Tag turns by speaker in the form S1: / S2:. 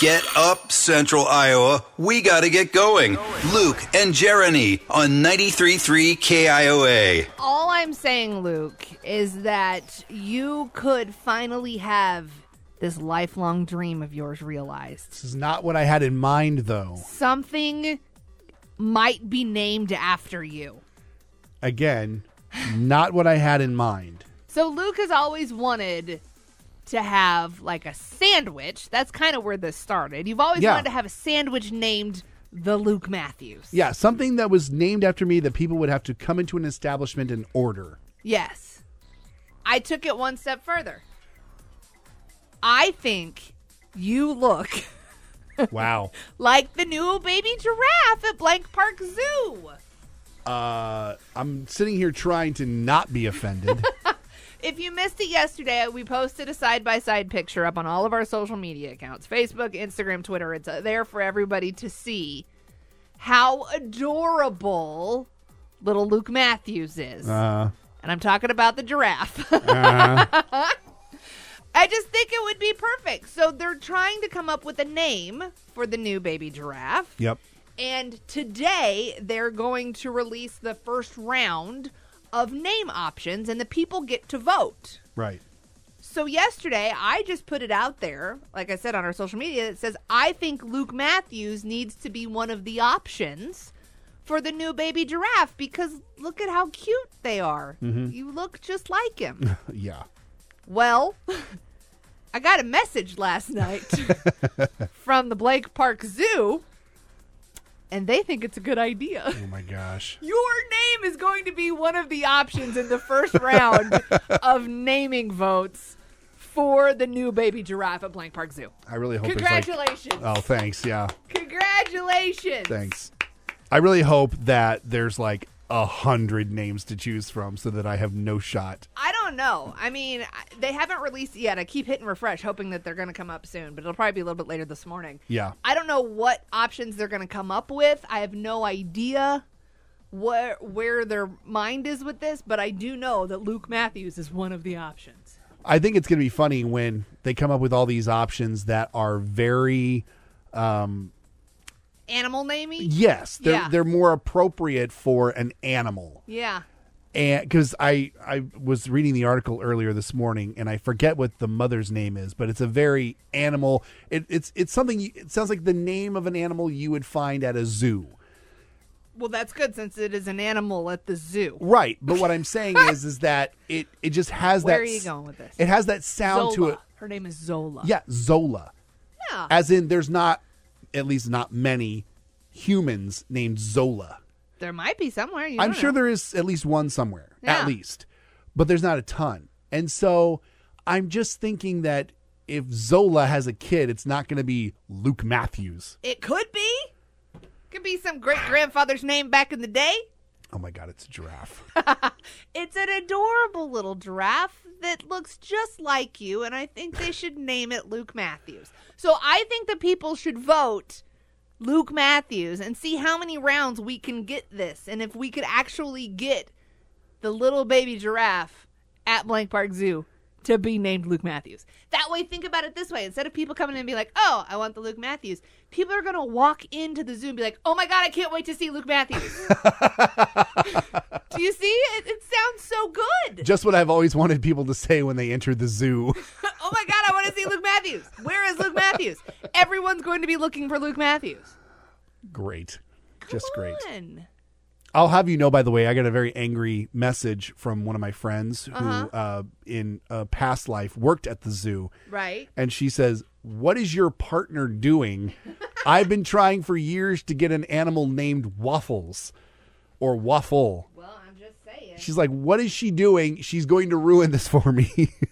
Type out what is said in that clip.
S1: Get up, Central Iowa. We got to get going. Luke and Jeremy on 93.3 KIOA.
S2: All I'm saying, Luke, is that you could finally have this lifelong dream of yours realized.
S3: This is not what I had in mind, though.
S2: Something might be named after you.
S3: Again, not what I had in mind.
S2: So Luke has always wanted to have like a sandwich. That's kind of where this started. You've always
S3: Yeah.
S2: wanted to have a sandwich named the Luke Matthews.
S3: Yeah, something that was named after me that people would have to come into an establishment and order.
S2: Yes. I took it one step further. I think you look
S3: Wow.
S2: like the new baby giraffe at Blank Park Zoo.
S3: uh, I'm sitting here trying to not be offended.
S2: If you missed it yesterday, we posted a side by side picture up on all of our social media accounts Facebook, Instagram, Twitter. It's uh, there for everybody to see how adorable little Luke Matthews is.
S3: Uh,
S2: And I'm talking about the giraffe. I just think it would be perfect. So they're trying to come up with a name for the new baby giraffe.
S3: yep.
S2: And today they're going to release the first round of name options, and the people get to vote.
S3: Right.
S2: So yesterday, I just put it out there, like I said on our social media, that says I think Luke Matthews needs to be one of the options for the new baby giraffe because look at how cute they are. You look just like him.
S3: Yeah.
S2: well, I got a message last night from the Blake Park Zoo, and they think it's a good idea.
S3: Oh my gosh.
S2: Your name is going to be one of the options in the first round of naming votes for the new baby giraffe at Blank Park Zoo.
S3: I really hope it's
S2: Congratulations.
S3: like. Oh, thanks. Yeah.
S2: Congratulations.
S3: Thanks. I really hope that there's like a hundred names to choose from so that I have no shot.
S2: I don't know. I mean, I- they haven't released it yet. I keep hitting refresh, hoping that they're going to come up soon, but it'll probably be a little bit later this morning.
S3: Yeah.
S2: I don't know what options they're going to come up with. I have no idea where where their mind is with this, but I do know that Luke Matthews is one of the options.
S3: I think it's going to be funny when they come up with all these options that are very
S2: Animal naming?
S3: yes, they're
S2: Yeah.
S3: they're more appropriate for an animal.
S2: Yeah.
S3: And cuz I I was reading the article earlier this morning and I forget what the mother's name is, but it's a very animal it, it's it's something you- it sounds like the name of an animal you would find at a zoo.
S2: Well, that's good since it is an animal at the zoo.
S3: Right, but what I'm saying is is that it it just has
S2: Where
S3: that
S2: are you
S3: s-
S2: going with this?
S3: It has that sound to it.
S2: Zola. Her name is Zola.
S3: Yeah, Zola.
S2: Yeah.
S3: As in, there's not, at least not many humans named Zola.
S2: There might be somewhere. You
S3: I'm
S2: don't
S3: sure
S2: know.
S3: there is at least one somewhere,
S2: Yeah.
S3: at least, but there's not a ton. And so I'm just thinking that if Zola has a kid, it's not going to be Luke Matthews.
S2: It could be. Could be some great grandfather's name back in the day.
S3: Oh my God, it's a giraffe.
S2: It's an adorable little giraffe that looks just like you, and I think they should name it Luke Matthews. So I think the people should vote Luke Matthews and see how many rounds we can get this, and if we could actually get the little baby giraffe at Blank Park Zoo to be named Luke Matthews. That way, think about it this way: instead of people coming in and be like, "Oh, I want the Luke Matthews," people are gonna walk into the zoo and be like, "Oh my god, I can't wait to see Luke Matthews." Do you see? It, it sounds so good.
S3: just what I've always wanted people to say when they enter the zoo.
S2: Oh my God, I want to see Luke Matthews. Where is Luke Matthews? Everyone's going to be looking for Luke Matthews.
S3: great. Just great.
S2: On.
S3: I'll have you know, by the way, I got a very angry message from one of my friends who,
S2: Uh-huh.
S3: uh, in a past life, worked at the zoo.
S2: Right.
S3: And she says, What is your partner doing? I've been trying for years to get an animal named Waffles or Waffle.
S2: Well, I'm just saying.
S3: She's like, What is she doing? She's going to ruin this for me.